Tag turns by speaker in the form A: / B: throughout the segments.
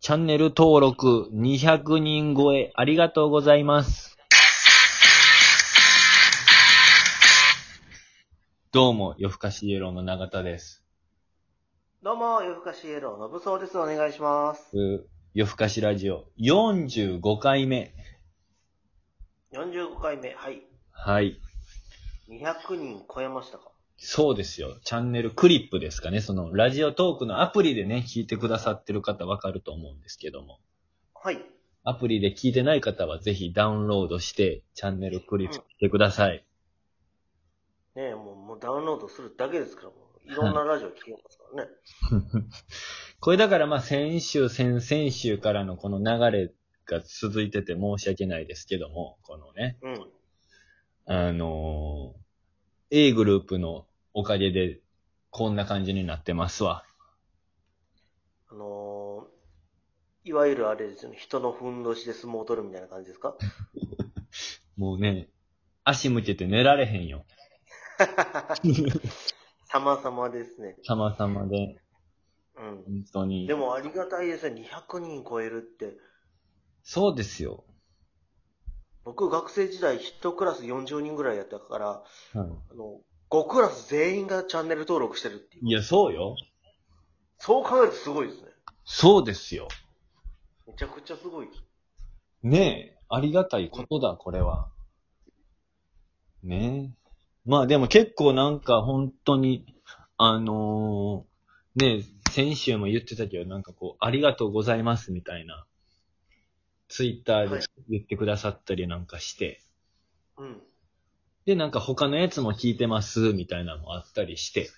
A: チャンネル登録200人超えありがとうございます。どうも、夜更かしイエローの永田です。
B: どうも、夜更かしイエロー、のぶそうです。お願いします。
A: う夜更かしラジオ45回目。
B: 45回目、はい。
A: はい。
B: 200人超えましたか
A: そうですよ。チャンネルクリップですかね。その、ラジオトークのアプリでね、聞いてくださってる方わかると思うんですけども。
B: はい。
A: アプリで聞いてない方はぜひダウンロードして、チャンネルクリップしてください。
B: ねえ、もう、もうダウンロードするだけですから、もういろんなラジオ聞けますからね。
A: これだからまあ先週、先々週からのこの流れが続いてて申し訳ないですけども、このね、
B: うん。
A: あのー A グループのおかげでこんな感じになってますわ。
B: あのー、いわゆるあれですよね、人のふんどしで相撲を取るみたいな感じです か
A: もうね、足向けて寝られへんよ。
B: 様々ですね。
A: 様々で、
B: う
A: 本当
B: ん。
A: に
B: で。もありがたいですね、200人超えるって。
A: そうですよ。
B: 僕、学生時代、1クラス40人ぐらいやったから、
A: は
B: あの、5クラス全員がチャンネル登録してるっていう。
A: い、いや、そうよ。
B: そう考えるとすごいですね。
A: そうですよ。
B: めちゃくちゃすごい。
A: ねえ、ありがたいことだ、これは。ねえ。まあでも結構なんか本当に、あのーねえ、先週も言ってたけど、なんかこう、ありがとうございますみたいな、ツイッター
B: は
A: で
B: い
A: 言ってくださったりなんかして、
B: うん。
A: で、なんか他のやつも聞いてますみたいなのもあったりして、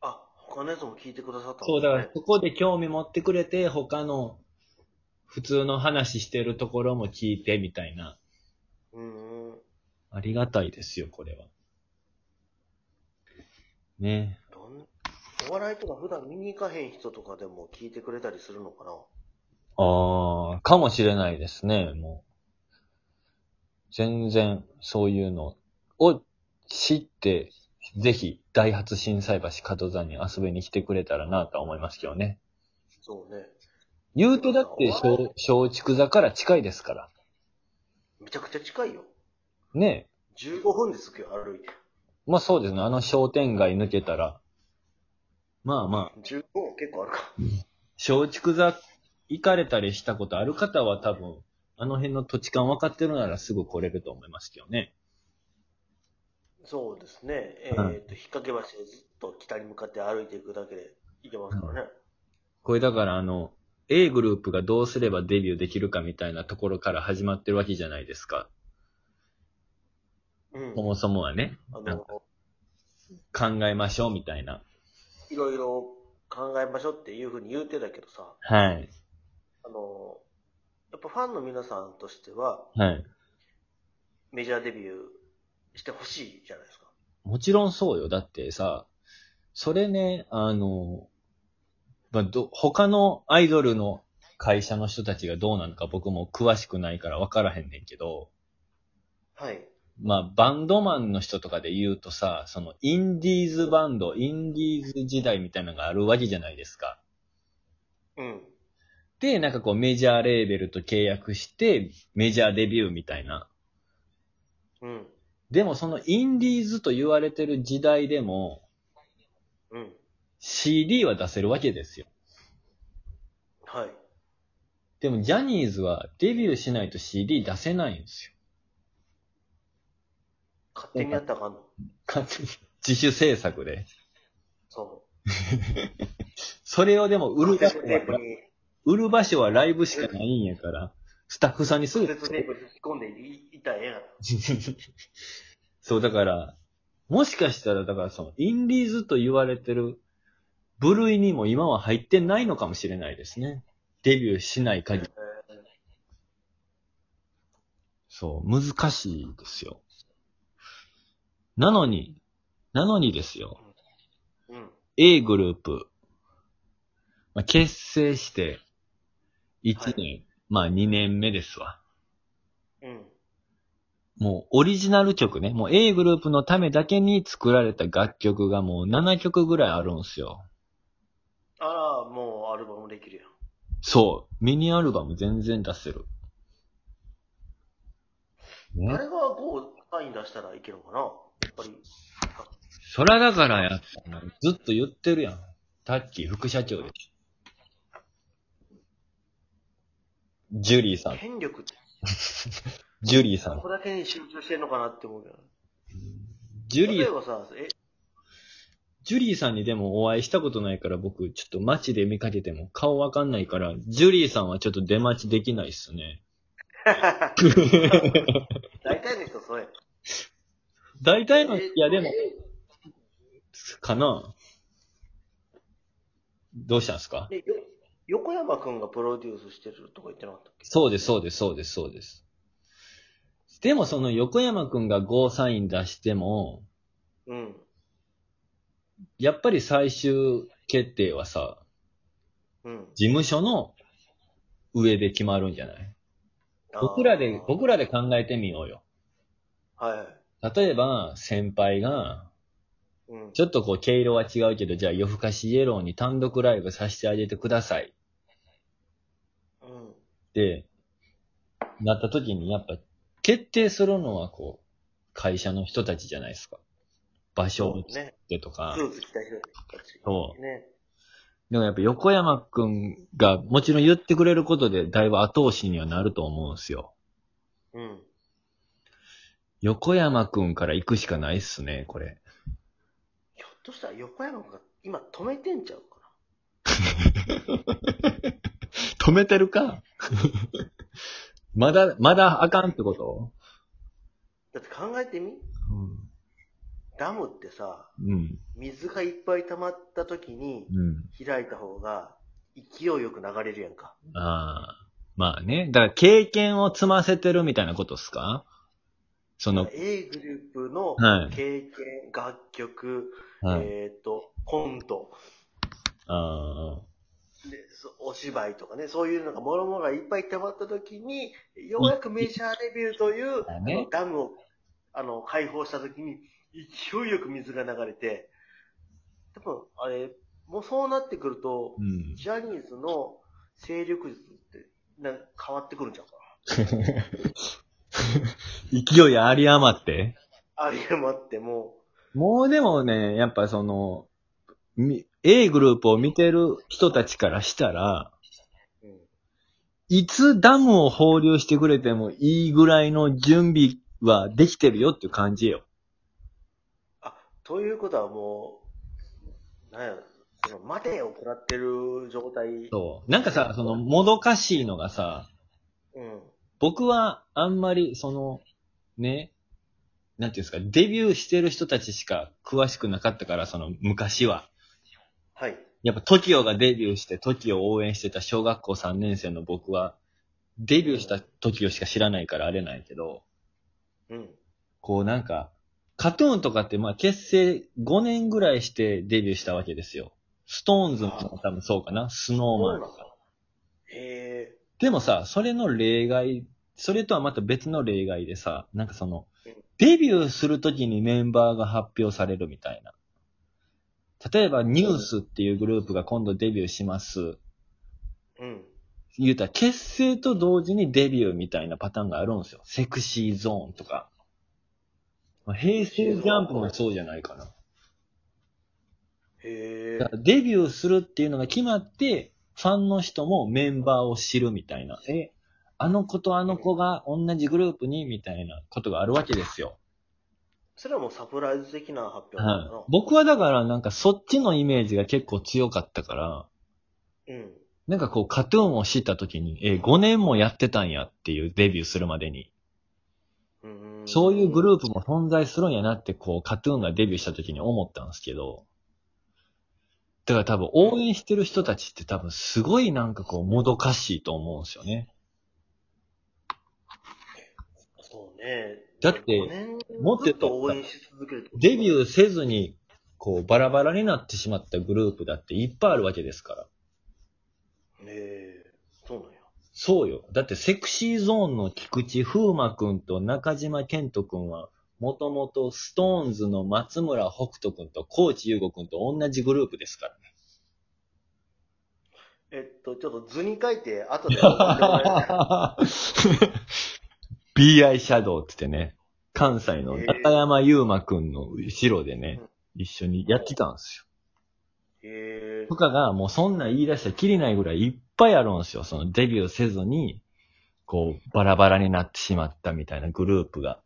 B: あ、他のやつも聞いてくださった
A: そう、だから
B: ね。
A: そこで興味持ってくれて、他の普通の話してるところも聞いてみたいな、
B: うんうん。
A: ありがたいですよ、これは。ね
B: どん、お笑いとか普段見に行かへん人とかでも聞いてくれたりするのかな
A: ああ、かもしれないですね、もう。全然、そういうのを知って、ぜひ、大発震災橋角座に遊びに来てくれたらなとは思いますけどね。
B: そうね。
A: 言うとだって、小松竹座から近いですから。
B: めちゃくちゃ近いよ。
A: ね
B: 15分ですけど、歩いて。
A: まあそうですね、あの商店街抜けたら、まあまあ、
B: 15分結構あるか。
A: 松竹座行かれたりしたことある方は多分、あの辺の土地勘分かってるならすぐ来れると思いますけどね。
B: そうですね。えっ、
A: はい
B: と、引っ掛け橋をずっと北に向かって歩いていくだけで行けますからね。
A: これだからあの、A グループがどうすればデビューできるかみたいなところから始まってるわけじゃないですか。
B: うん。
A: そもそもはね、
B: あ
A: なん
B: の、
A: 考えましょうみたいな。
B: いろいろ考えましょうっていうふうに言うてたけどさ、
A: はい。
B: あの、やっぱファンの皆さんとしては、
A: はい。
B: メジャーデビューしてほしいじゃないですか。
A: もちろんそうよ。だってさ、それね、あの、まあ、ど、他のアイドルの会社の人たちがどうなのか僕も詳しくないから分からへんねんけど、
B: はい。
A: まあ、バンドマンの人とかで言うとさ、その、インディーズバンド、インディーズ時代みたいなのがあるわけじゃないですか。
B: うん。
A: で、なんかこう、メジャーレーベルと契約して、メジャーデビューみたいな。
B: うん。
A: でも、その、インディーズと言われてる時代でも、
B: うん。
A: CD は出せるわけですよ。
B: はい。
A: でも、ジャニーズはデビューしないと CD 出せないんですよ。
B: 勝手にやったらあかんの。
A: 勝手に自主制作で。
B: そ
A: それをでも
B: う。
A: 売る場所
B: カセットテープ
A: は、
B: に、
A: 売る場所はライブしかないんやから、スタッフさんにすぐ
B: カセットテープに引き込んでいいたらええやん。
A: そう、だから、もしかしたら、だからその、インディーズと言われてる部類にも今は入ってないのかもしれないですね。デビューしない限り。
B: えー
A: そう、難しいですよ。なのに、なのにですよ、
B: うん。
A: A グループ、まあ、結成して、1年、
B: は
A: まあ2年目ですわ。
B: うん。
A: もうオリジナル曲ね、もう A グループのためだけに作られた楽曲がもう7曲ぐらいあるんすよ。
B: あら、もうアルバムできるやん。
A: そう。ミニアルバム全然出せる。
B: あ
A: ね。
B: れがこう、サイン出したらいけるのかなやっぱり。
A: そらだからやったなずっと言ってるやん。タッキー副社長でしょジュリーさん。
B: 権力って、
A: ジュリーさ
B: こ
A: ん。
B: こだけに集中してんのかなって思うけど。
A: ジュリ
B: 例え
A: ー、
B: ばさ、 え、
A: ジュリーさんにでもお会いしたことないから僕、ちょっと街で見かけても顔わかんないから、ジュリーさんはちょっと出待ちできないっすね。
B: 大体の人それ。
A: 大体の、
B: え
A: いやでも、かなどうしたんですか
B: でよ横山くんがプロデュースしてるとか言ってなかったっけ
A: そうです、そうです、そうです、そうです。でもその横山くんがゴーサイン出しても、
B: うん。
A: やっぱり最終決定はさ、
B: うん。
A: 事務所の上で決まるんじゃない僕らで、僕らで考えてみようよ。
B: あーはいはい。
A: 例えば、先輩が、
B: うん。
A: ちょっとこう、毛色は違うけど、じゃあ夜更かしイエローに単独ライブさせてあげてください
B: うん。
A: って、なった時に、やっぱ、決定するのはこう、会社の人たちじゃないですか。場所を
B: そうね。
A: でとか
B: ス。ーツ着た人たち。
A: そ
B: ね。
A: う。でもやっぱ横山くんが、もちろん言ってくれることで、だいぶ後押しにはなると思うんですよ。
B: うん。
A: 横山くんから行くしかないっすね、これ。
B: ひょっとしたら横山くんが今止めてんちゃうか
A: 止めてるか まだ、まだあかんってこと
B: な。だって考えてみダムってさ、
A: うん。
B: 水がいっぱい溜まった時に
A: うん。
B: 開いた方が勢いよく流れるやんか。
A: ああ。まあね。だから経験を積ませてるみたいなことっすかその、
B: A グループの
A: はい
B: 経験、楽曲、
A: はい。
B: えっ、と、コント、
A: ああ。
B: でそお芝居とかね、そういうのが、もろもろがいっぱい溜まった時に、ようやくメジャーデビューという、
A: だね
B: あのダムを、あの、解放した時に、勢いよく水が流れて、多分、あれ、もうそうなってくると
A: う、ん。
B: ジャニーズの勢力図って、なんか変わってくるんちゃうか
A: 勢いあり余って。
B: な。あれもあっても、
A: もうでもね、やっぱその、み A グループを見てる人たちからしたら、
B: うん、
A: いつダムを放流してくれてもいいぐらいの準備はできてるよっていう感じよ。
B: あ、ということはもう、なんや、その、待てを食らってる状態。
A: そう。なんかさ、その、もどかしいのがさ、
B: うん。
A: 僕はあんまりその、ね、なんていうんですか、デビューしてる人たちしか詳しくなかったから、その昔は。
B: はい。
A: やっぱ TOKIO がデビューして TOKIO を応援してた小学校3年生の僕は、デビューした TOKIO しか知らないからあれないけど、
B: うん。
A: こうなんか、カトゥーンとかってまあ結成5年ぐらいしてデビューしたわけですよ。ストーンズも多分そうかな、スノーマンと
B: そう
A: か。
B: へ
A: でもさ、それの例外、それとはまた別の例外でさ、なんかその
B: うん、
A: デビューするときにメンバーが発表されるみたいな。例えば、ニュースっていうグループが今度デビューします。
B: え。うん。
A: 言うたら、結成と同時にデビューみたいなパターンがあるんですよ。セクシーゾーンとか。まあ平成ジャンプもそうじゃないかな。
B: へえ
A: だ。からデビューするっていうのが決まって、ファンの人もメンバーを知るみたいな。え、あの子とあの子が同じグループにみたいなことがあるわけですよ。
B: それはもうサプライズ的な発表な
A: は
B: の
A: い。
B: か
A: 僕はだからなんかそっちのイメージが結構強かったから、
B: な。うん。
A: なんかこうカトゥーンを知った時に、え、5年もやってたんやっていうデビューするまでに。
B: うん
A: そういうグループも存在するんやなって、こう、カトゥーンがデビューした時に思ったんですけど、だから多分応援してる人たちって多分すごいなんかこう、もどかしいと思うんですよね。
B: そうね。
A: だって
B: 5年
A: 持って
B: ず
A: た
B: っと応援し続けるってこと
A: デビューせずに、こう、バラバラになってしまったグループだっていっぱいあるわけですから。
B: へえ。そうなんや。
A: そうよ。だってセクシーゾーンの菊池風磨くんと中島健人くんは、もともとストーンズの松村北斗くんと高知優吾くんと同じグループですからね。
B: え、っと、ちょっと図に書いて、後で送ってもらえないか
A: BI シャドウって言ってね、関西の中山優馬くんの後ろでね
B: うん、
A: 一緒にやってたんですよ。
B: へえ
A: とかがもうそんなん言い出したらきりないぐらいいっぱいあるんですよ。そのデビューせずに、こう、バラバラになってしまったみたいなグループが。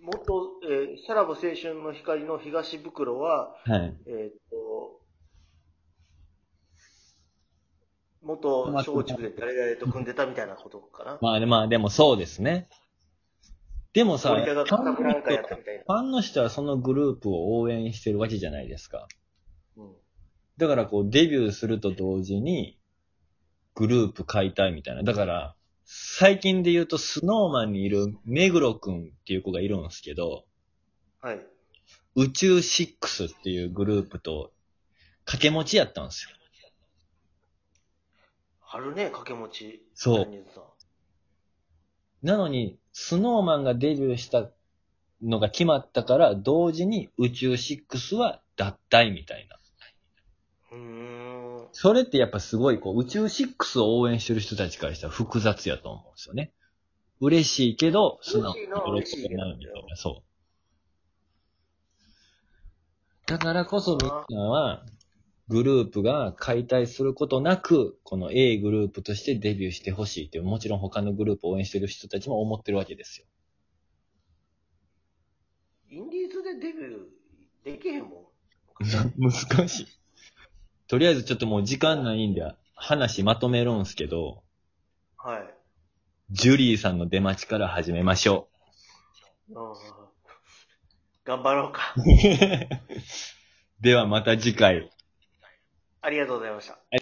B: もっと、えー、さらば青春の光の東袋は、
A: はい。
B: えーっと、元松竹で誰々と組んでたみたいなことかな。
A: まあで、まあでもそうですね。でもさ、
B: 森田が
A: ファンの
B: 固めなんかやっ
A: 人
B: たみたいな。
A: ファンの人はそのグループを応援してるわけじゃないですか。
B: うん
A: だからこうデビューすると同時にグループ解体みたいな。だから最近で言うとスノーマンにいる目黒くんっていう子がいるんですけど、
B: はい。
A: 宇宙シックスっていうグループと掛け持ちやったんですよ。
B: 貼るね、掛け持ち。
A: そう
B: ジャニーズさん
A: なのにスノーマンがデビューしたのが決まったから同時に宇宙シックスは脱退みたいな。
B: うーん。
A: それってやっぱすごい、こう、宇宙シックスを応援してる人たちからしたら複雑やと思うんですよね。嬉しいけど、素直に喜べないみたいな、そう。だからこそみんなは、グループが解体することなく、この A グループとしてデビューしてほしいっていう、もちろん他のグループを応援してる人たちも思ってるわけですよ。
B: インディーズでデビューできへんも
A: 難しい。とりあえずちょっともう時間ないんで、話まとめるんすけど、
B: ん。はい。
A: ジュリーさんの出待ちから始めましょう。
B: ああ頑張ろう か。
A: ではまた次回。
B: ありがとうございました。